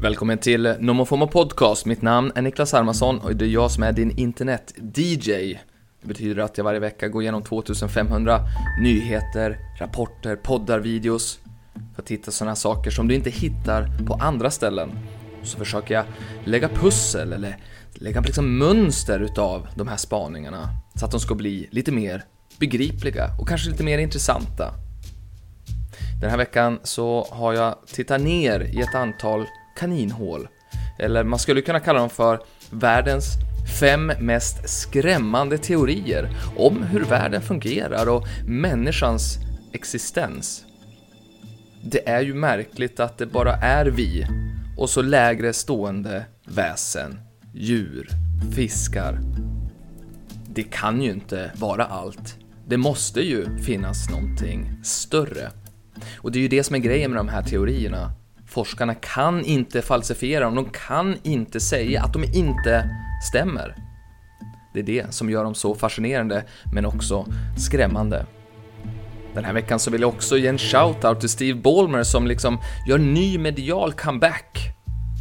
Välkommen till Nomofomo Podcast. Mitt namn är Niklas Hermansson och det är jag som är din internet-DJ. Det betyder att jag varje vecka går igenom 2500 nyheter, rapporter, poddar, videos för att hitta sådana saker som du inte hittar på andra ställen. Så försöker jag lägga pussel eller lägga liksom mönster utav de här spaningarna så att de ska bli lite mer begripliga och kanske lite mer intressanta. Den här veckan så har jag tittat ner i ett antal kaninhål. Eller man skulle kunna kalla dem för världens fem mest skrämmande teorier om hur världen fungerar och människans existens. Det är ju märkligt att det bara är vi och så lägre stående väsen, djur, fiskar. Det kan ju inte vara allt. Det måste ju finnas någonting större. Och det är ju det som är grejen med de här teorierna. Forskarna kan inte falsifiera dem, de kan inte säga att de inte stämmer. Det är det som gör dem så fascinerande, men också skrämmande. Den här veckan så vill jag också ge en shout-out till Steve Ballmer som liksom gör ny medial comeback.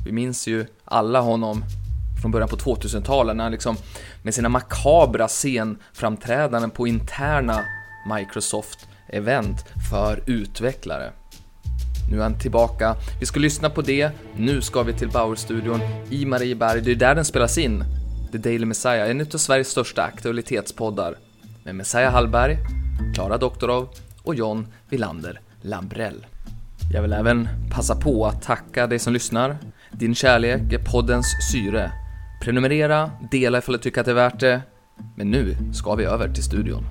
Vi minns ju alla honom från början på 2000-talet när han liksom med sina makabra scenframträdanden på interna Microsoft-event för utvecklare. Nu är han tillbaka. Vi ska lyssna på det. Nu ska vi till Bauer-studion i Marieberg. Det är där den spelas in. The Daily Messiah, en av Sveriges största aktualitetspoddar. Med Messiah Hallberg, Klara Doktorov och John Villander Lambrell. Jag vill även passa på att tacka dig som lyssnar. Din kärlek är poddens syre. Prenumerera, dela ifall du tycker att det är värt det. Men nu ska vi över till studion.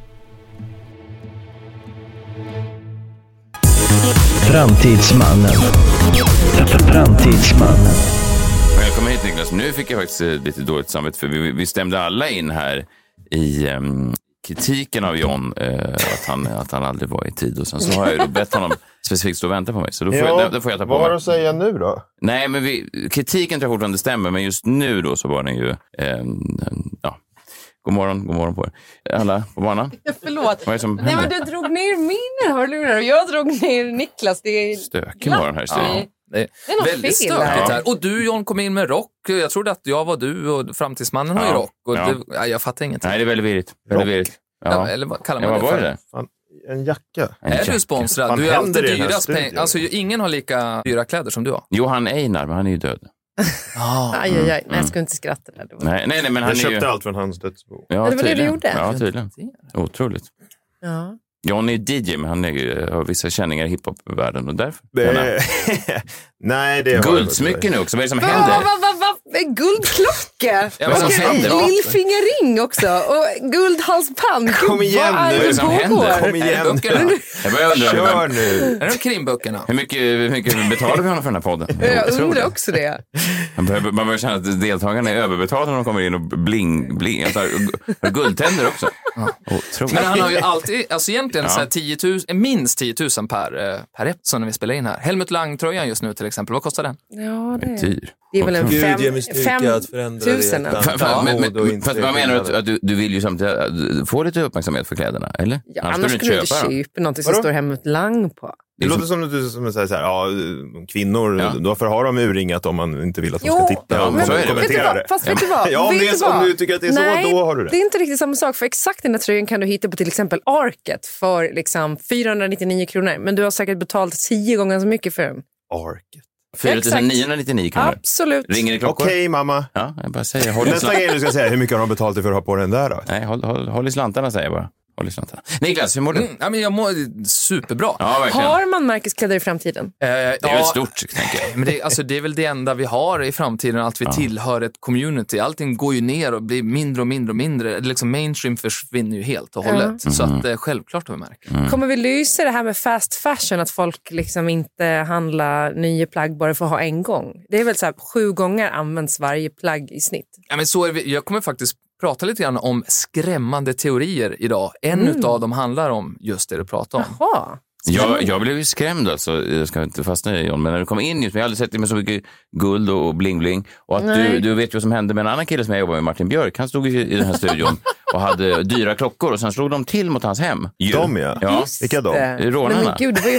Framtidsmannen. Framtidsmannen. Välkommen hit Niklas. Nu fick jag faktiskt eh, lite dåligt samvete för vi, vi stämde alla in här i ehm, kritiken av John, eh, att, han, att han aldrig var i tid. Och sen så har jag ju då bett honom specifikt stå och vänta på mig. Så då får, jag, det får jag ta på vad har du mig. att säga nu då? Nej, men vi, kritiken tror jag fortfarande stämmer, men just nu då så var den ju... ehm, ja. God morgon, god morgon på er. Alla på banan? Förlåt. Vad är det som Nej, men händer? du drog ner mina hörlurar och jag drog ner Niklas. Det är... Stökig morgon här i studion. Ja. Det är Det är något väldigt fel stökigt här. här. Och du John kom in med rock. Jag trodde att jag var du och framtidsmannen har ju Ja. rock. Och Ja. du, nej, jag fattar ingenting. Nej, det är väldigt virrigt. Väldigt Rock. virrigt. Ja, Ja. Eller vad kallar Ja, man vad det var för? det? En jacka? Är du sponsrad? Vad Du är alltid händer i den här dyrast pengar. studion? Alltså, ju- ingen har lika dyra kläder som du har. Johan Einar, men han är ju död. Aj, aj, aj. Nej, jag skulle inte skratta. Där. Det var- Mm. Nej, nej, nej men han Jag är ju... köpte allt från hans dödsbo. Ja, det var det du tydligen. gjorde. Ja, tydligen. Otroligt. Ja. John är ju DJ, men han är, ju- har vissa känningar i hiphopvärlden och därför. Det... Nej, det har jag inte. Guldsmycken nu också, vad är det som Va, händer? va, va, va, guldklocka! Ja, vad som Och händer? Lillfingerring också. Och guldhalsband. Gud, Kom igen vad är nu. Vad är det som pågår? händer? Kom igen. Är det böckerna? Jag börjar undra, Kör nu! Är det krimböckerna? hur mycket, hur mycket betalar vi honom för den här podden? Det är Jag otroligt. undrar också det. Man börjar, man börjar känna att deltagarna är överbetalda när de kommer in och bling, bling. Jag tar, har guldtänder också. Otroligt. Men han har ju alltid, alltså egentligen Ja. så här 10 000, minst 10 000 per, eh, per episode när vi spelar in här. Helmut Lang-tröjan just nu till exempel, vad kostar den? Ja, det är... Dyr. Det är väl en Otroligt. fem, Gud, ge mig styrka fem att förändra tusen. det. Fa- fa- men- men- Mod och inte Fast vad menar du? Att, skillnader. att du, du vill ju samtidigt eh, få lite uppmärksamhet för kläderna, eller? Ja, annars skulle du inte köpa, dem. någonting som Vadå? står Helmut Lang på. Det låter som att du som är så här, så här, ja, kvinnor, Liksom- Ja. varför har de urringat om man inte vill att de ska titta och men så är det. Vet du kommentera vad? det? Fast vet du vad? Ja, om vet det är du så- om vad? du tycker att det är så, Nej, då har du det. det är inte riktigt samma sak. För exakt den här tröjan kan du hitta på till exempel Arket för liksom 499 kronor. Men du har säkert betalat tio gånger så mycket för den. Arket. 4999 kronor. Absolut. Ringer det klockor? Okej mamma, Ja, jag bara säger, håll i nästa slantarna. grej du ska säga, hur mycket har de betalat dig för att ha på den där då? Nej, håll, håll, håll i slantarna säger jag bara. Håll i slantarna. Niklas, hur mår du? Mm, ja, men jag mår superbra. Ja, verkligen. Har man märkeskläder i framtiden? Eh, Det är ja, väl stort, tänker jag. Men det, alltså, det är väl det enda vi har i framtiden, att vi tillhör ett community. Allting går ju ner och blir mindre och mindre och mindre. Liksom mainstream försvinner ju helt och hållet. Så Mm. att, eh, självklart har vi märkt. Kommer vi lysa det här med fast fashion, att folk liksom inte handlar nya plagg bara för att ha en gång? Det är väl så här, sju gånger används varje plagg i snitt. Ja, men så är vi, jag kommer faktiskt prata lite grann om skrämmande teorier idag. En utav dem handlar om just det du pratar om. Jaha. jag. Jag blev ju skrämd alltså. Jag ska inte fastna i John, men när du kom in just, men jag har aldrig sett dig med så mycket guld och bling-bling. Och att du, Nej. du vet ju vad som hände med en annan kille som jag jobbar med, Martin Björk. Han stod ju i den här studion och hade dyra klockor och sen slog de till mot hans hem. Ju. De ja. Ja. Vilka de? det. Rånarna. Nej, men gud, det var ju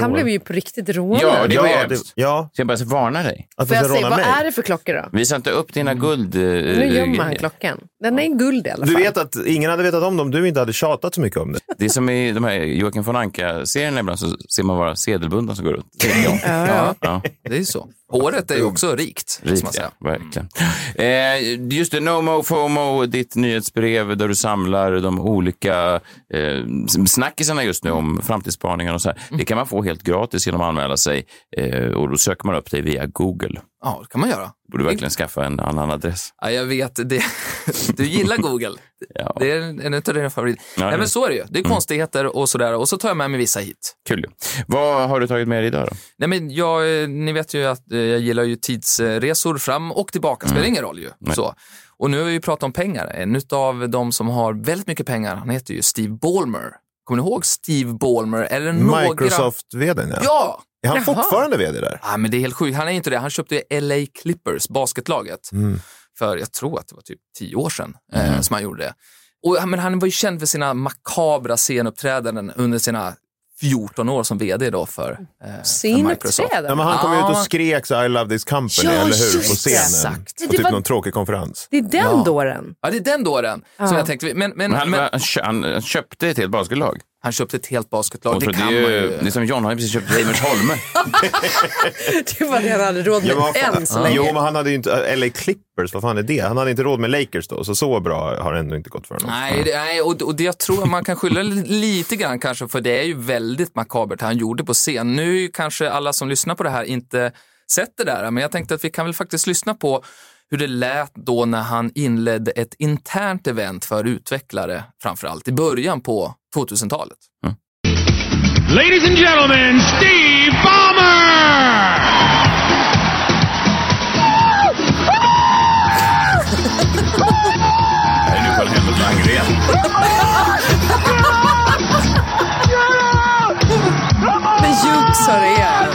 Han blev ju på riktigt rånad. Ja, det var ju ja, hemskt. ja, Så jag bara så varnar dig. att Får de jag ska säga, råna vad mig. är det för klockor då? Visa inte upp dina guld... eh, Mm. Nu gömmer han grejer. klockan. Den är guld i alla fall. Du vet att ingen hade vetat om dem, du inte hade tjatat så mycket om det. Det är som i de här Joakim von Anka-serierna ibland så ser man bara sedelbundna som går runt. Ja, ja. ja. Det är ju så. Håret är ju också rikt. rikt Rikt, ja. Verkligen. Eh, just det, NoMo, FOMO, ditt nyhetsbrev där du samlar de olika eh, snackisarna just nu om framtidsspaningar och så här. Mm. Det kan man få helt gratis genom att anmäla sig eh, och då söker man upp dig via Google. ja, det kan man göra. Borde verkligen skaffa en annan adress. Ja, jag vet, det, du gillar Google. Ja. Det är en en utav dina favoriter. Ja, Mm. Nej, ja. men så är det ju. Det är konstigheter och sådär. Och så tar jag med mig vissa hit. Kul. Vad har du tagit med dig idag då? Nej, men jag, eh, ni vet ju att eh, jag gillar ju tidsresor fram och tillbaka. Spelar ingen roll ju. Så. Och nu har vi ju pratat om pengar. En av de som har väldigt mycket pengar, han heter ju Steve Ballmer. Kommer ni ihåg Steve Ballmer? Eller några... Microsoft-vdn ja. Ja! Är han Jaha. fortfarande vd där? Ah, men det är helt sjukt. Han är inte det. Han köpte ju LA Clippers, basketlaget, för jag tror att det var typ tio år sedan eh, som han gjorde det. Och, ja, men han var ju känd för sina makabra scenuppträdanden under sina 14 år som vd då för, eh, för Microsoft. Scenuppträdande. Ja, men han kom Ah. ju ut och skrek så I love this company, Ja, eller hur? På just det. scenen. Exakt. På Det typ var- någon tråkig konferens. Det är den Ja. dåren. Ja, det är den dåren som Ja. jag tänkte. Men, men, Men han, men, han, kö- han köpte ett helt basketlag. han köpte ett helt Och basketlag. så Det kan det, man är ju, ju. det är som John, han har ju precis köpt Reimersholme. Det var det han hade råd med Ja, men vad fan- än så Jo, länge. men han hade ju inte, LA Clippers, vad fan är det? Han hade inte råd med Lakers då, så så bra har det ändå inte gått för honom. Nej, det, nej och, och det jag tror man kan skylla li- lite grann kanske, för det är ju väldigt makabert han gjorde på scen. Nu är ju kanske alla som lyssnar på det här inte sett det där, men jag tänkte att vi kan väl faktiskt lyssna på hur det lät då när han inledde ett internt event för utvecklare, framför allt i början på 2000-talet. Ladies and gentlemen, Steve Ballmer! Han är nu på en helvete angren. Men Jukes har det är.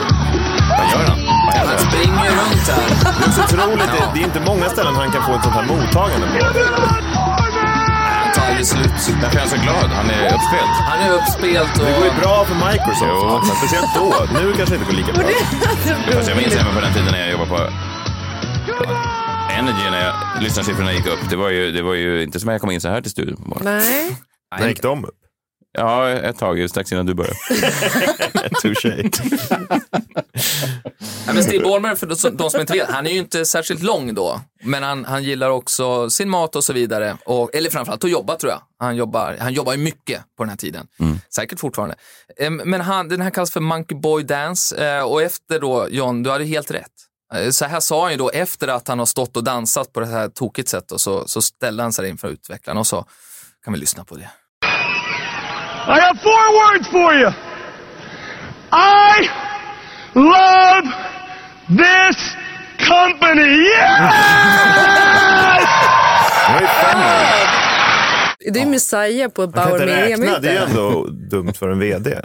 Vad gör han? Vad händer? Han springer runt här. Det är så otroligt, det, det är inte många ställen han kan få ett sånt här mottagande på. Han tar ju slut. Därför är han så glad. Han är uppspelt. Han är uppspelt Det går ju och... bra för Microsoft, Jo. alltså, speciellt då. Nu kanske det inte går lika bra. Fast jag minns även på den tiden när jag jobbade på Energy när jag, lyssnarsiffrorna gick upp. Det var, ju, det var ju inte som att jag kom in så här till studion på morgonen. Nej. När gick de upp? Ja, ett tag. ju, Strax innan du började. Touché. Ja, men Steve Ballmer, för de som, de som inte vet, han är ju inte särskilt lång då. Men han, han gillar också sin mat och så vidare. Och, eller framförallt att jobba tror jag. Han jobbar, han jobbar ju mycket på den här tiden. Mm. Säkert fortfarande. Ehm, Men han, den här kallas för Monkey Boy Dance. Eh, Och efter då, John, du hade helt rätt. Eh, Så här sa han ju då efter att han har stått och dansat på det här tokigt sättet och så, så ställde han sig inför utvecklarna och så kan vi lyssna på det. I have four words for you. I love this company. Yeah! Det var ju fem år. Det är Messiah på ett Man kan Bauer inte räkna, det är ju Media-möte. ändå dumt för en vd.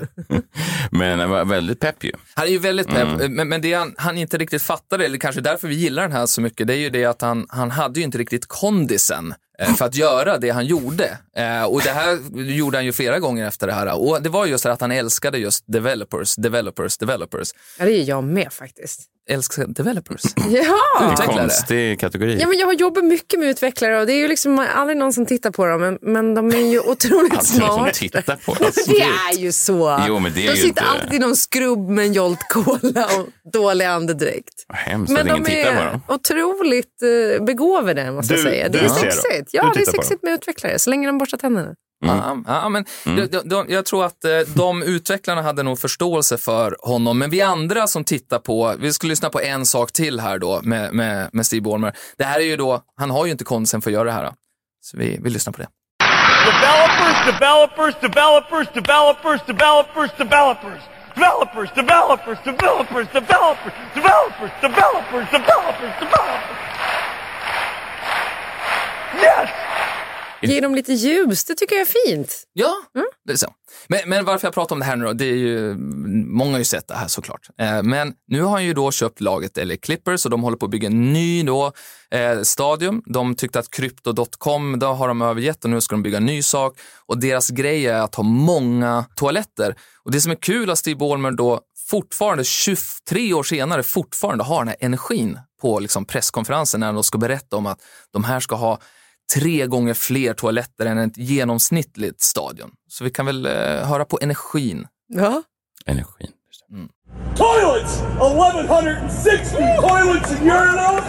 Men han var väldigt pepp ju. Han är ju väldigt pepp, men, men det han, han inte riktigt fattade, eller kanske därför vi gillar den här så mycket, det är ju det att han, han hade ju inte riktigt kondisen eh, för att göra det han gjorde. Eh, Och det här gjorde han ju flera gånger efter det här. Och det var just det här att han älskade just developers, developers, developers. Ja, det är jag med faktiskt. Älskar developers. Ja! Utvecklare. Konstig kategori. Ja, men jag jobbar mycket med utvecklare och det är ju liksom aldrig någon som tittar på dem, men, men de är ju otroligt Alltid någon Alltså, som smarta. tittar på oss. Det är ju så. Jo, men det är ju de sitter inte- alltid i någon skrubb med en Jolt Cola och dålig andedräkt. Vad hemskt att Men ingen de tittar på är dem. otroligt eh, begåvade, måste Du- jag säga. Det du är ser dem. sexigt. Du Ja, det är tittar på sexigt med utvecklare, så länge de borstar tänderna. Ja, ja, men de, de, de, jag tror att eh, de utvecklarna hade nog förståelse för honom, men vi andra som tittar på, vi skulle lyssna på en sak till här då med, med, med Steve Ballmer. Det här är ju då, han har ju inte kondisen för att göra det här. då. Så vi, vi lyssnar på det. Developers, developers, developers, developers, developers, developers. Developers, developers, developers, developers, developers, developers, developers, developers. Yes! Ge dem lite ljus, det tycker jag är fint. Ja, det är så. Men, men varför jag pratar om det här nu då, det är ju, många har ju sett det här såklart. Eh, men nu har han ju då köpt laget LA Clippers och de håller på att bygga en ny då, eh, stadium. De tyckte att Crypto.com, då har de övergett och nu ska de bygga en ny sak. Och deras grej är att ha många toaletter. Och det som är kul är att Steve Ballmer då fortfarande, 23 år senare, fortfarande har den här energin på liksom presskonferensen när han då ska berätta om att de här ska ha tre gånger fler toaletter än ett genomsnittligt stadion. Så vi kan väl eh, höra på energin. Ja. Energin. Toilets! 1,160 toilets and urinals!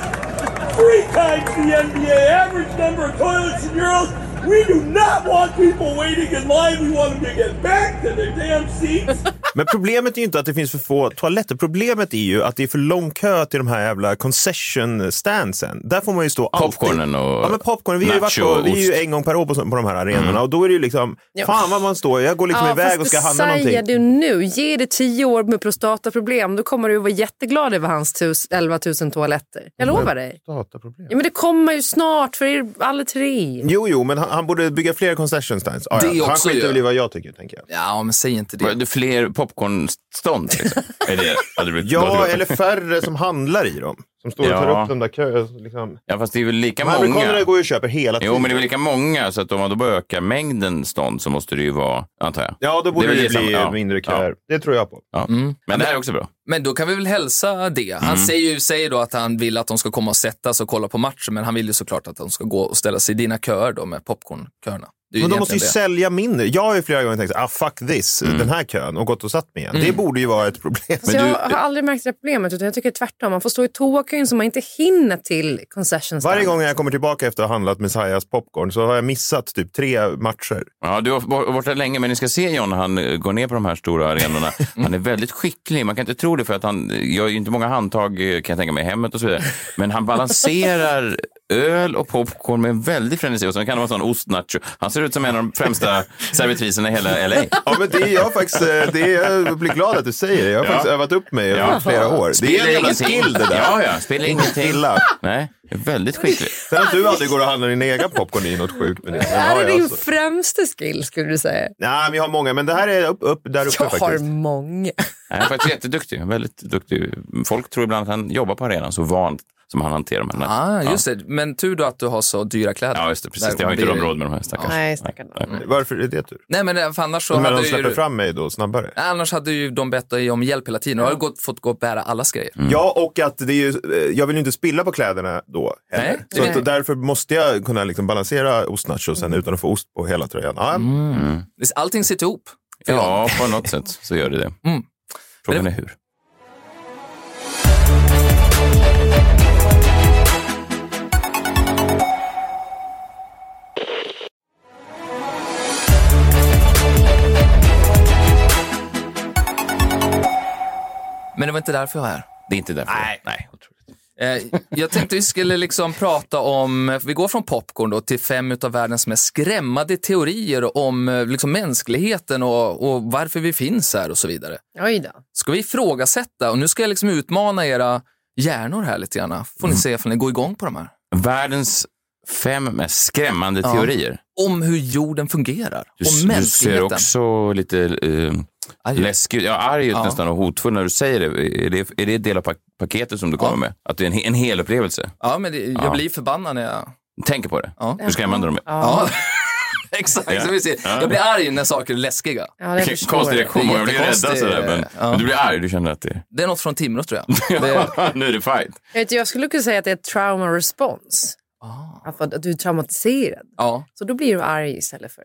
Three times the NBA average number of toilets and urinals! We do not want people waiting in line. We want them to get back to their damn seats. Men problemet är ju inte att det finns för få toaletter. Problemet är ju att det är för lång kö till de här jävla concession standsen. Där får man ju stå alltid. Popcornen och Ja, men popcorn. Vi har ju varit nacho på, och vi är ju ost. en gång per år på, på de här arenorna Mm. och då är det ju liksom, Ja. fan vad man står. Jag går liksom iväg och ska fast handla det någonting. säger du nu. Ge det tio år med prostataproblem. Då kommer du att vara jätteglad över hans tus, 11 000 toaletter. Jag Mm. lovar dig. Dataproblem. Ja, men det kommer ju snart för er alla tre. Jo, jo, men han, han borde bygga fler concession stands. Ah, Det ja. Han också skiter ju. väl i vad jag tycker, tänker jag. Ja, men säg inte Var det. det fler popcornstånd? Liksom? Är det, hade det blivit Ja, gott- eller färre som handlar i dem. Som står och Ja. tar upp de där kö... Liksom. ja, fast det är väl lika De här amerikanerna många. går ju och köper hela tiden. Jo, men det är väl lika många, så att om man då börjar öka mängden stånd så måste det ju vara, antar jag. Ja, då borde är det, väl bli samma- ja, mindre Ja, köer. Det tror jag på. ja. Men det här är också bra. Men då kan vi väl hälsa det. Han Mm. säger ju säger då att han vill att de ska komma och sätta sig och kolla på matchen, men han vill ju såklart att de ska gå och ställa sig i dina köer då med popcornköerna. Det är Men de egentligen måste ju det. sälja mindre. Jag har ju flera gånger tänkt, ah, fuck this, den här kön och gått och satt mig igen. Det borde ju vara ett problem. Så Alltså, jag har aldrig märkt det här problemet utan jag tycker tvärtom. Man får stå i toakön så man inte hinner till concession stand. Varje gång jag kommer tillbaka efter att ha handlat Messiahs popcorn så har jag missat typ tre matcher. Ja, du har varit borta länge, men ni ska se John, han eh, går ner på de här stora arenorna. Mm. Han är väldigt skicklig, man kan inte tro det för att han eh, gör ju inte många handtag eh, kan jag tänka mig i hemmet och så vidare. Men han balanserar öl och popcorn med en väldig frenesi och sen kan det vara en sån ostnacho. Han ser ut som en av de främsta servitriserna i hela LA. Ja, men det är jag faktiskt, eh, det är, jag blir glad att du säger det. Jag har faktiskt övat upp mig Ja. i flera år. Det är Spelar en jävla ingenting. skill det där. Ja, ja, spelar ingenting. Gilla. Nej, är väldigt skicklig. Sen att du aldrig går och handlar din egen popcorn i något sjukt med det. Men Är har det jag din alltså. främsta skill skulle du säga? Nej, men jag har många, men det här är upp, upp där uppe Jag har faktiskt. många. Nej, Han är faktiskt jätteduktig. Väldigt duktig. Folk tror ibland att han jobbar på arenan, så van som han hanterar de här. Ah, just det. Men tur då att du har så dyra kläder. Ja, just det. Precis. Där Jag har inte blir- de råd med de här stackarna. Nej, stackarna. Varför är det tur? Nej, men eh, för annars så Men de hade släpper ju... fram mig då snabbare. Annars hade ju de bett dig om hjälp hela tiden. Du har ju gått, fått gå och bära allas grejer. Mm. Ja, och att det är ju, eh, jag vill ju inte spilla på kläderna då heller. Nej. Så Nej. Mm. att därför måste jag kunna liksom balansera ostnacho sen utan att få ost på hela tröjan. Ja, Allting sitter ihop. för John. Ja, på något sätt så gör det det. Mm. Frågan är hur. Men det var inte därför jag är här. Det är inte därför. Nej. Nej. otroligt. Eh, jag tänkte vi skulle liksom prata om, vi går från popcorn då till fem av världens mest skrämmande teorier om eh, liksom mänskligheten och, och varför vi finns här och så vidare. Oj då. Ska vi ifrågasätta, och nu ska jag liksom utmana era hjärnor här lite grann. Får Mm. ni se om ni går igång på de här. Världens fem mest skrämmande Ja. teorier. Om hur jorden fungerar Du, och du ser mänskligheten. också lite eh, Aj. läskig ut, ja, arg ut Ja. nästan och hotfull när du säger det. Är det, är det en del av pa- paketet som du kommer med? Att det är en, he- en hel upplevelse? Ja, men det, jag Ja. blir förbannad när jag... Tänker på det. Ja. Hur skrämmande de är. Ja. Exakt, Ja. så vi ser. Ja. jag blir arg när saker är läskiga. Ja, det Vilken förstår konstig jag. reaktion. Det är Jag blir rädd jättekonstig, sådär, men, ja. men du blir arg. Du känner att det Det är något från Timrå tror jag. Det, nu är det fight. Jag vet, Jag skulle kunna säga att det är trauma response. Att, vad- att du är traumatiserad. ja. Så då blir du arg istället för...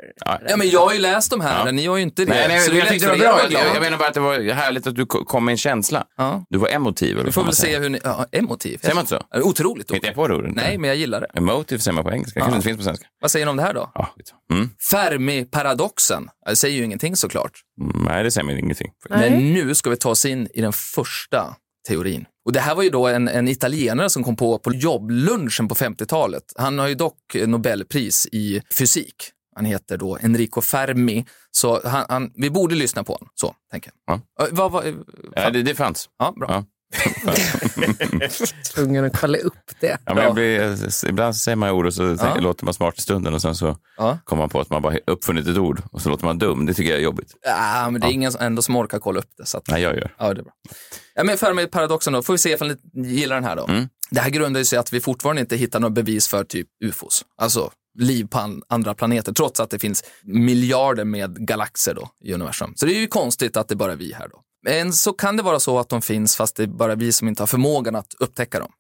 ja, men jag har ju läst de här, ni har ju inte det. Nej, nej, så det är jag lätt tyckte för det var er att bra. vara glada. Jag, jag menar bara att det var härligt att du ko- kom med en känsla. Ja. Du var emotiv. liksom eller Vi vad får man väl säger. se hur ni... Ja, emotiv. Säger man inte så? Ja, Otroligt ord. Hittar jag på det ordet? Nej, men jag gillar det. Emotive säger man på engelska. kanske inte finns på svenska. Vad säger ni om det här då? Ja, skit. mm. Fermi-paradoxen. Ja, Det säger ju ingenting såklart. Mm, Nej, det säger man ingenting. Men nu ska vi ta oss in i den första teorin. Och det här var ju då en, en italienare som kom på på jobblunchen på 50-talet. Han har ju dock Nobelpris i fysik. Han heter då Enrico Fermi. Så han, han, vi borde lyssna på honom, så tänker jag. Ja. Ö, vad, vad, Ja, det, det fanns. ja, bra. Ja. Tvungen att kolla upp det. Ja, men Ja. jag blir, ibland så säger man ord och så tänker- Ja. låter man smart i stunden och sen så Ja. kommer man på att man bara uppfunnit ett ord och så låter man dum. Det tycker jag är jobbigt. Ja, Ah, men det är ingen som- ändå som orkar kolla upp det. Så att, Nej, jag gör. Ja, det är bra. Ja, men Fermi-paradoxen då, får vi se ifall ni gillar den här då. Det här grundar ju sig i att vi fortfarande inte hittar något bevis för typ ufos, alltså liv på an- andra planeter, trots att det finns miljarder med galaxer då i universum. Så det är ju konstigt att det bara är vi här då. Men så kan det vara så att de finns, fast det är bara vi som inte har förmågan att upptäcka dem.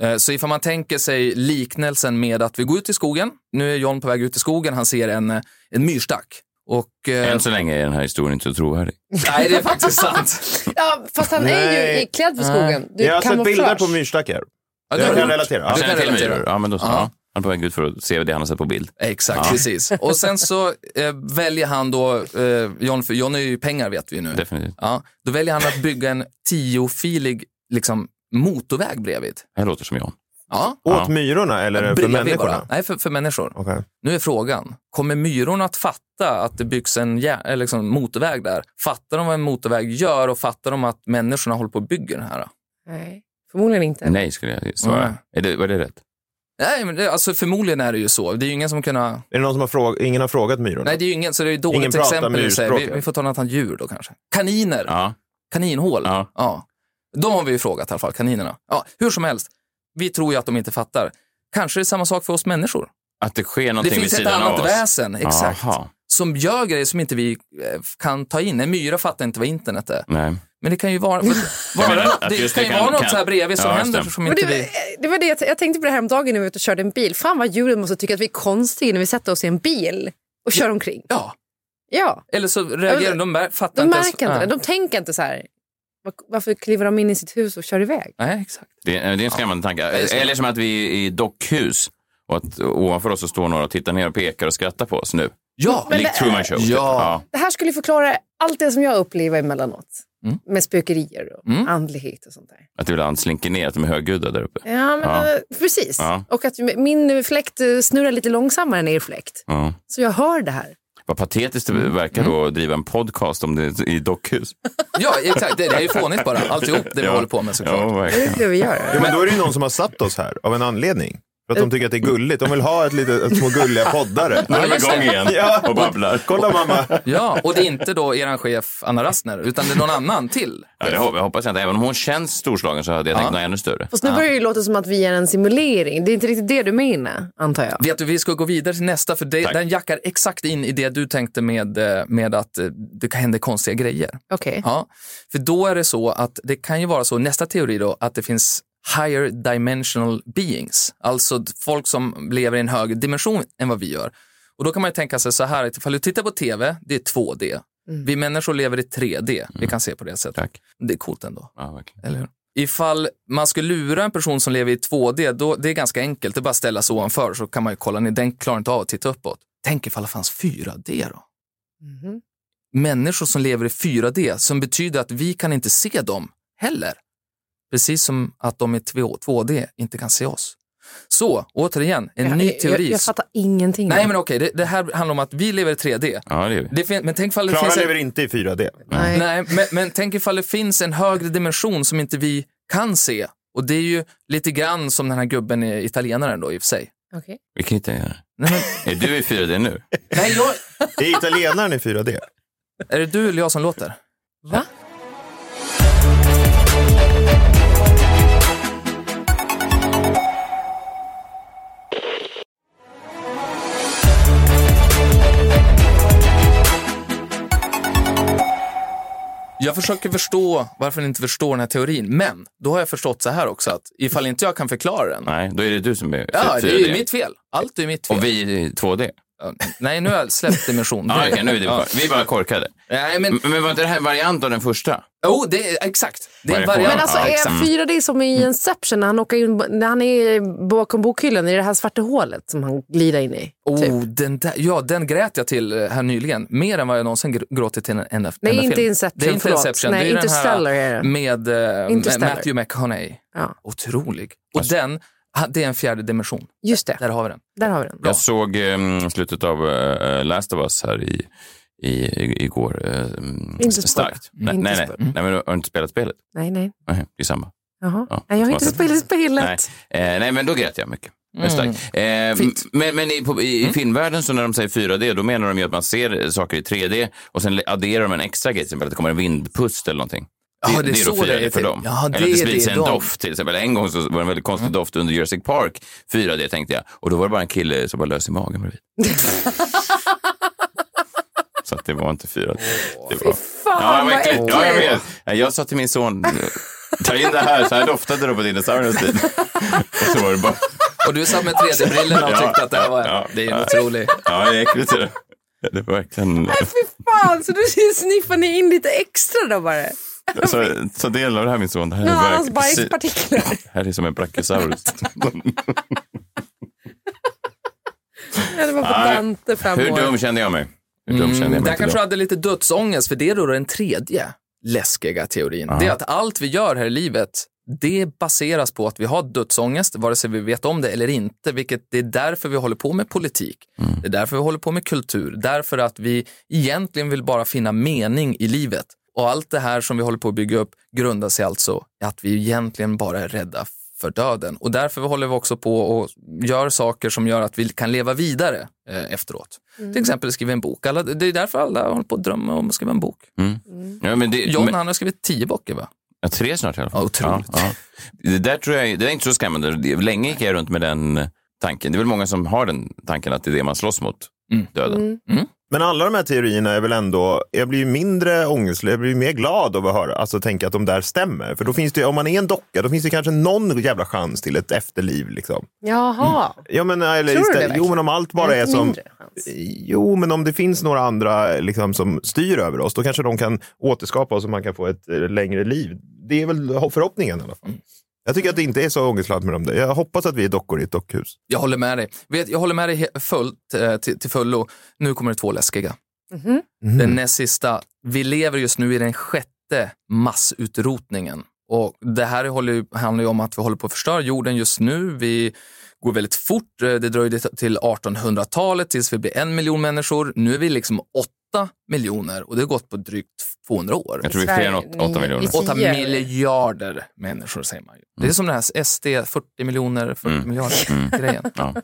Eh, Så ifall man tänker sig liknelsen med att vi går ut i skogen, nu är John på väg ut i skogen, han ser en, eh, en myrstack. Och, eh, Än så länge är den här historien inte så trovärdig. nej, det är faktiskt sant. Ja, fast han är ju Nej. iklädd för skogen. Du, jag har sett bilder kamouflage. på myrstackar. Ja, Jag det- kan relatera. Ja. Du kan Känner till mig, relatera. gör du? Ja, men då så. Ja. Ja. Han är på väg ut för att se det han har sett på bild. Exakt, Ja. precis. Och sen så eh, väljer han då, eh, John, för John är ju pengar vet vi ju nu. Definitivt. Ja, då väljer han att bygga en tiofilig liksom, motorväg bredvid. Det här låter som John. Ja, Åt myrorna eller är det för bredvid människorna? bara. Nej, för, för människor. Okej. Nu är frågan, kommer myrorna att fatta att det byggs en jä- eller liksom, motorväg där? Fattar de vad en motorväg gör och fattar de att människorna håller på och bygger den här? Då? Nej, förmodligen inte. Nej, skulle jag svara. Mm. Är det, var det rätt? Nej, men det, alltså, förmodligen är det ju så. Det är ju ingen som kunna... Är det någon som har frågat? Ingen har frågat myrorna? Nej, det är ju ingen, så det är ju dåligt Ingen pratar exempel. du säger. Vi, myrspråk. vi får ta något annat djur då kanske. Kaniner. Ja. Kaninhål? Ja. De har vi ju frågat i alla fall, kaninerna. Ja, hur som helst, vi tror ju att de inte fattar. Kanske det är samma sak för oss människor. Att det sker Det någonting vid finns ett sidan av oss. annat väsen, exakt, Jaha. som gör grejer som inte vi eh, kan ta in. En myra fattar inte vad internet är. Nej. Men det kan ju vara, vara menar något, att det just kan det ju kan- vara något kan- så här bredvid som Ja, händer stämt. som Men inte det, vi... det var det jag, jag tänkte på det här om dagen när vi var ute och körde en bil. Fan vad djuren måste tycka att vi är konstiga när vi sätter oss i en bil och kör omkring. Ja, Ja, eller så reagerar de, de mär- fattar de inte ens- märker inte det. De tänker inte så här. "Var- Varför kliver de in i sitt hus och kör iväg? Nej, exakt. Det, är- det är en skrämmande tanke. det är skrämmande. Eller som att vi är i dockhus och att ovanför oss så står några och tittar ner och pekar och skrattar på oss nu. Ja, Likt Truman Show. typ. Ja. Det här skulle förklara allt det som jag upplever emellanåt. Mm. Med spökerier och Mm. andlighet och sånt där. Att det ibland slinker ner att de är högljudda där uppe. Ja, men, Ja. eh, precis. Ja. Och att min fläkt eh, snurrar lite långsammare än er fläkt. Ja. Så jag hör det här. Vad patetiskt det Mm. verkar då att driva en podcast om det i dockhus. ja, exakt. Det, det är ju fånigt bara, alltihop det vi Ja. håller på med såklart. Ja, verkligen. Det vi gör. Ja, men då är det ju någon som har satt oss här av en anledning. För att Eh. de tycker att det är gulligt. De vill ha ett litet, ett små gulliga poddare. Nu är de igång igen Ja. och babblar. Kolla mamma. Ja, och det är inte då eran chef Anna Rastner, utan det är någon annan till. Ja, det hop- jag hoppas jag inte. Även om hon känns storslagen så hade jag tänkt något ännu större. Fast nu börjar det ju låta som att vi är en simulering. Det är inte riktigt det du menar, antar jag. Vet du, vi ska gå vidare till nästa, för det, Tack. den jackar exakt in i det du tänkte med, eh, med att eh, det kan hända konstiga grejer. Okej. Ja, för då är det så att det kan ju vara så, nästa teori då, att det finns higher dimensional beings, alltså d- folk som lever i en högre dimension än vad vi gör. Och då kan man ju tänka sig så här, att ifall du tittar på tv, det är 2D. Vi människor lever i 3D, vi kan se på det sättet. Tack. Det är coolt ändå. Ja, verkligen. Eller hur? Ifall man ska lura en person som lever i 2D, då, det är ganska enkelt. Det är bara att ställa sig ovanför så kan man ju kolla ner. Den klarar inte av att titta uppåt. Tänk ifall det fanns 4D då? Mhm. Människor som lever i 4D, som betyder att vi kan inte se dem heller. Precis som att de i 2- 2D inte kan se oss. Så, återigen, en ny teori. Jag, jag fattar ingenting. Nej, men okej, det, det här handlar om att vi lever i 3D. Ja, det gör vi. Det fin- men tänk ifall det Klara finns en... lever inte i 4D. Nej. Nej, men, men tänk ifall det finns en högre dimension som inte vi kan se. Och det är ju lite grann som den här gubben är italienaren då i och för sig. Okej. Vi kan inte göra det. Nej, men, Är du i 4D nu? nej jag, Är italienaren i 4D? är det du eller jag som låter? Va? Jag försöker förstå varför ni inte förstår den här teorin, men då har jag förstått så här också att ifall inte jag kan förklara den, Nej, då är det du som är 4D. ja, det är ju mitt fel. Allt är ju mitt fel. Och vi är i 2D. Ja, Nej, nu har jag släppt dimension. Ja, okej, nu är det Mm. bara, vi är bara korkade. Nej, men, Men, men var inte det här en variant av den första? oh, det är, exakt. Det är en Vad är det för- variant. Men alltså, Ja, exakt. är 4D som i Mm. Inception när han, åker in, när han är bakom bokhyllan i det här svarta hålet som han glider in i? Oh, Typ. den där, ja, den grät jag till eh, här nyligen. Mer än vad jag någonsin gr- gråtit till en en Nej, en inte film. Inception, Det är inte förlåt. Inception. Nej, det är Interstellar den är här det. med eh, Interstellar. Matthew McConaughey. Ja. Otrolig. Och Alltså- den, ha- det är en fjärde dimension. Just det, Där har vi den. där har vi den. ehm, Ja. Jag såg um, slutet av eh, Last of eh, Us här i, i, i, igår. Eh, mm, Inte spoila. starkt. Inte Nej, Mm. nej, nej. spoila. nej, men du har inte spelat spelet? Nej, nej. Nej, det är samma. Jaha. Ja, nej jag har smart. inte spelat Nej. spelet. Eh, nej, men då grät jag mycket. Men, Mm. starkt. Eh, Fint. m- men, men i, på, i, i filmvärlden så när de säger 4D då menar de ju att man ser saker i 3D och sen adderar de en extra grej, till exempel att det kommer en vindpust eller någonting. Ja, det är då så det 4D är för till- dem. Ja, det eller att det är sprids det en de- Mm. doft till exempel. En gång så var det en väldigt konstig doft under Jurassic Park, 4D tänkte jag. Och då var det bara en kille som var lös i magen bredvid. så att det var inte 4D. Det var... Fan, vad vad äckligt. Ja, jag äckligt. vet. Nej, Jag sa till min son, ta in det här, så här doftade det på dinosauriernas tid. Och så var det bara, Och du satt med Alltså. 3D-brillorna och tyckte att det här var... Ja, ja, det är ja. en otrolig... ja, det är äckligt. är det. Ja, Det var verkligen... Fy fan, så då sniffar ni in lite extra då bara? Så, ta del av det här min son. Det här Nu är, har hans alltså, verkligen- bajspartiklar. Det här är som en brachiosaurus. Ja, det var på Nej. Dante framåt. Hur dum kände jag mig? Hur dum kände jag mig Mm, Där inte kanske du då? hade lite dödsångest, för det är då den tredje läskiga teorin. Det är att allt vi gör här i livet, det baseras på att vi har dödsångest, vare sig vi vet om det eller inte, vilket det är därför vi håller på med politik. Mm. Det är därför vi håller på med kultur, därför att vi egentligen vill bara finna mening i livet. Och allt det här som vi håller på att bygga upp grundar sig alltså i att vi egentligen bara är rädda för döden. Och därför håller vi också på och gör saker som gör att vi kan leva vidare eh, efteråt. Till exempel skriva en bok. Alla, det är därför alla håller på att drömma om att skriva en bok. Mm. Mm. Ja, men det, John men, han har skrivit tio böcker va? ja, tre snart i alla fall. Ja, otroligt. Ja, ja. Det där tror jag, det är inte så skrämmande. Länge gick jag runt med den tanken. Det är väl många som har den tanken att det är det man slåss mot, Mm. döden. Men alla de här teorierna är väl ändå, jag blir ju mindre ångestlig, jag blir mer glad av att höra, alltså tänka att de där stämmer. För då finns det, om man är en docka, då finns det kanske någon jävla chans till ett efterliv. Liksom. Jaha. Ja, men, eller, Tror du det istället, verkligen? jo, men om allt bara är Lite som... mindre chans. Jo, men om det finns några andra liksom, som styr över oss, då kanske de kan återskapa oss och man kan få ett eh, längre liv. Det är väl ho- förhoppningen i alla Mm. fall. Jag tycker att det inte är så ångestladdat med dem där. Jag hoppas att vi är dockor i ett dockhus. Jag håller med dig. Vet, jag håller med dig he- fullt, eh, till, till fullo. Nu kommer det två läskiga. Mhm. Den näst sista. Vi lever just nu i den sjätte massutrotningen. Och det här håller, ju- handlar ju om att vi håller på att förstöra jorden just nu. Vi går väldigt fort. Eh, Det dröjde t- till 1800-talet tills vi blir en miljon människor. Nu är vi liksom åtta miljoner och det har gått på drygt 200 år. Jag tror vi är fler än åt- åtta Sverige- miljoner. i- 8 Tio. miljarder människor säger man ju. Det är som den här SD 40 miljoner, 40 Mm. miljarder Mm. grejen. Ja.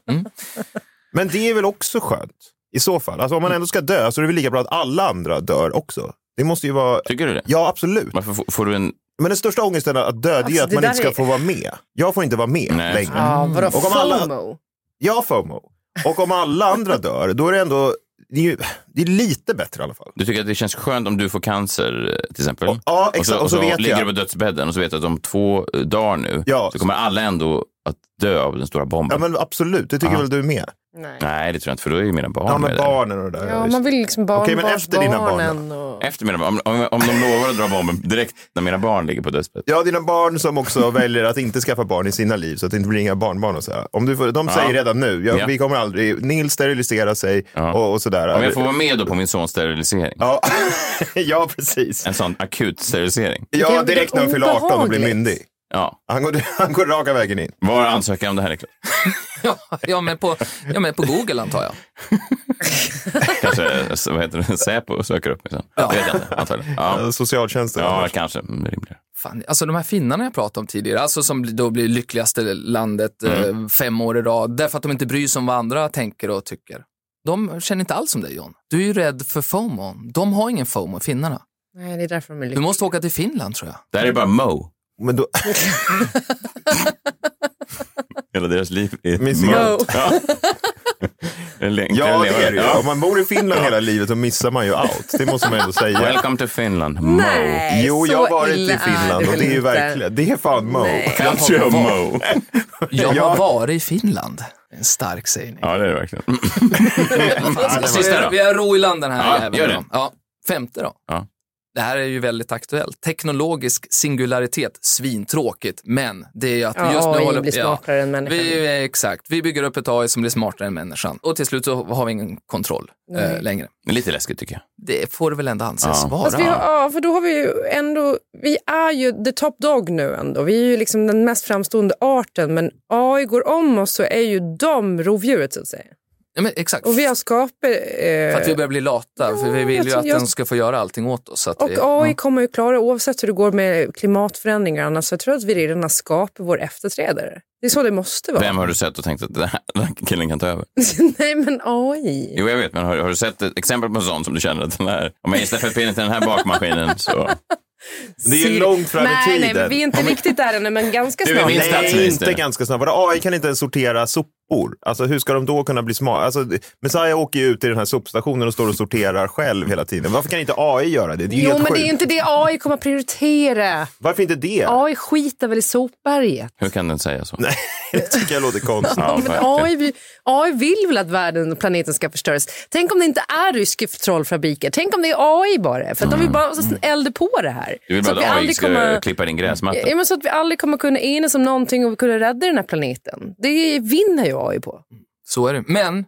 Men det är väl också skönt i så fall. Alltså, om man ändå ska dö så är det väl lika bra att alla andra dör också. Det måste ju vara... Tycker du det? Ja, absolut. Varför får, får du en... Men den största ångesten att dö, det är Alltså, ju att det man där inte ska är- få vara med. Jag får inte vara med Nej. längre. Ja, Mm. vadå Och om alla- FOMO? Jag FOMO. Och om alla andra dör, då är det ändå... Det är, ju, det är lite bättre i alla fall. Du tycker att det känns skönt om du får cancer eh, till exempel? Ja, exakt. Och så, vet ligger jag. du på dödsbädden och så vet du att om två eh, dagar nu Ja. så kommer alla ändå att dö av den stora bomben. Ja, men absolut. Det tycker Ja. väl du med? Nej. Nej, det tror jag inte, för då är ju mina barn Ja, med men där. barnen och det där. Ja, just man det. vill liksom barn, Okej, men barn, efter dina barn barnen och... Efter mina barn, om, om de lovar att dra bomben direkt när mina barn ligger på dödsbädden. Ja, dina barn som också väljer att inte skaffa barn i sina liv så att det inte blir inga barnbarn och sådär. Om du får, de Ja. säger redan nu, ja, Ja. vi kommer aldrig, Nils steriliserar sig Ja. och, och sådär. Om jag får vara med då på min sons sterilisering. ja. ja, precis. En sån akut sterilisering. Ja, Vilken- direkt när han fyller vilken 18 och blir obehagligt. myndig. Ja, Han går, han går raka vägen in. var ansökan om det här är klart. Ja, ja, men på, ja, men på Google antar jag. Kanske, eh, vad heter det, Säpo söker upp mig sen. Det vet jag inte, antagligen. Ja. Ja, Alltså, Socialtjänsten. ja kanske. Mm, det är rimligare. Fan, alltså de här finnarna jag pratade om tidigare, alltså som då blir lyckligaste landet eh, Mm. fem år i rad, därför att de inte bryr sig om vad andra tänker och tycker. De känner inte alls som dig John. Du är ju rädd för FOMO. De har ingen FOMO, finnarna. Nej, det är därför de är Du lyckliga. måste åka till Finland tror jag. Det här är bara Mo. Men då, Hela deras liv är Missing Mo. out. Ja. Det är längre ja, att det leva. är det ju. Ja. Om man bor i Finland hela livet så missar man ju allt. Det måste man ändå säga. Welcome to Finland, Mo. Nej, Jo, jag så har varit illa i Finland väl och det är ju inte. verkligen, det är fan Mo. Nej. Kanske jag Mo. Jag Ja. har varit i Finland. En stark sägning. Ja, det är det verkligen. Sista då. Vi har ro i land den här Ja, jäveln gör då. det. Ja, femte då. Ja. Det här är ju väldigt aktuellt. Teknologisk singularitet, svintråkigt, men det är ju att vi Ja, just nu AI håller blir smartare än människan. Vi, exakt, vi bygger upp ett AI som blir smartare än människan och till slut så har vi ingen kontroll eh, längre. Men Lite läskigt tycker jag. Det får det väl ändå anses Ja. vara. Fast vi har, ja, för då har vi ju ändå, vi är ju the top dog nu ändå. Vi är ju liksom den mest framstående arten, men AI går om oss så är ju de rovdjuret så att säga. Nej, men exakt. Och vi har skapat... Eh, För att vi börjar bli lata, för vi vill jag ju tror- att jag- den ska få göra allting åt oss. Så att vi, Och AI ja. kommer ju klara oavsett hur det går med klimatförändringar och annat. Så jag tror att vi redan har skapat vår efterträdare. Det är så det måste vara. Vem har du sett och tänkt att den här, den här killen kan ta över? Nej, men AI. Jo, jag vet, men har, har du sett ett exempel på en sån som du känner att den här, om jag ger stafettpinnen till den här bakmaskinen så... Det är ju Siri- långt fram i nej, tiden. Nej, men vi är inte riktigt där ännu, men ganska Du är snart. min Nej. Nej, statsminister. inte ganska snabbt. Vadå, AI kan inte ens sortera sopor. Alltså, hur ska de då kunna bli smarta? Alltså, Messiah åker ju ut till den här sopstationen och står och sorterar själv hela tiden. Varför kan inte AI göra det? Det är ju Jo, helt men det är sjukt. ju inte det AI kommer att prioritera. Varför inte det? AI skiter väl i sopberget. Hur kan den säga så? Det tycker jag låter konstigt. Ja, Men verkligen. AI, vill- AI vill väl att världen och planeten ska förstöras? Tänk om det inte är ryska trollfabriker? Tänk om det är AI bara? För att de vill bara elda på det här. Du Så Mm. vill bara att vi att AI aldrig ska kommer- klippa din gräsmatta. Ja, men så att vi aldrig kommer kunna enas om någonting och kunna rädda den här planeten. Det vinner ju AI på. Så är det. Men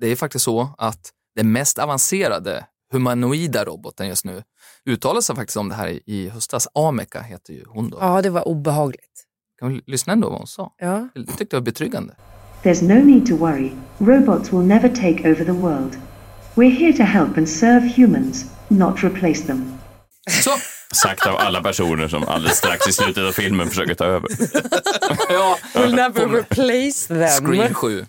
det är faktiskt så att den mest avancerade humanoida roboten just nu uttalar sig faktiskt om det här i, i höstas. Ameka heter ju hon då. Ja, det var obehagligt. Kan vi lyssna ändå vad hon sa? Ja. Det tyckte jag var betryggande. There's no need to worry, robots will never take over the world. We're here to help and serve humans, not replace them. Så, Sagt av alla personer som alldeles strax i slutet av filmen försöker ta över. ja, We'll never replace them. Scream 7.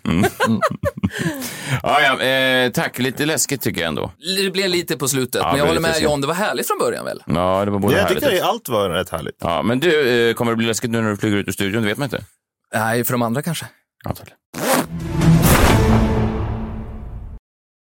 Ja, ja, eh, tack, lite läskigt tycker jag ändå. Det blev lite på slutet, Ja, men det jag håller blev med lite så. John, det var härligt från början väl? Ja, det var både Ja, jag härligt typ- tycker och- att allt var rätt härligt. Ja, men du, eh, kommer det bli läskigt nu när du flyger ut ur studion? Det vet man inte. Nej, för de andra kanske. Antagligen.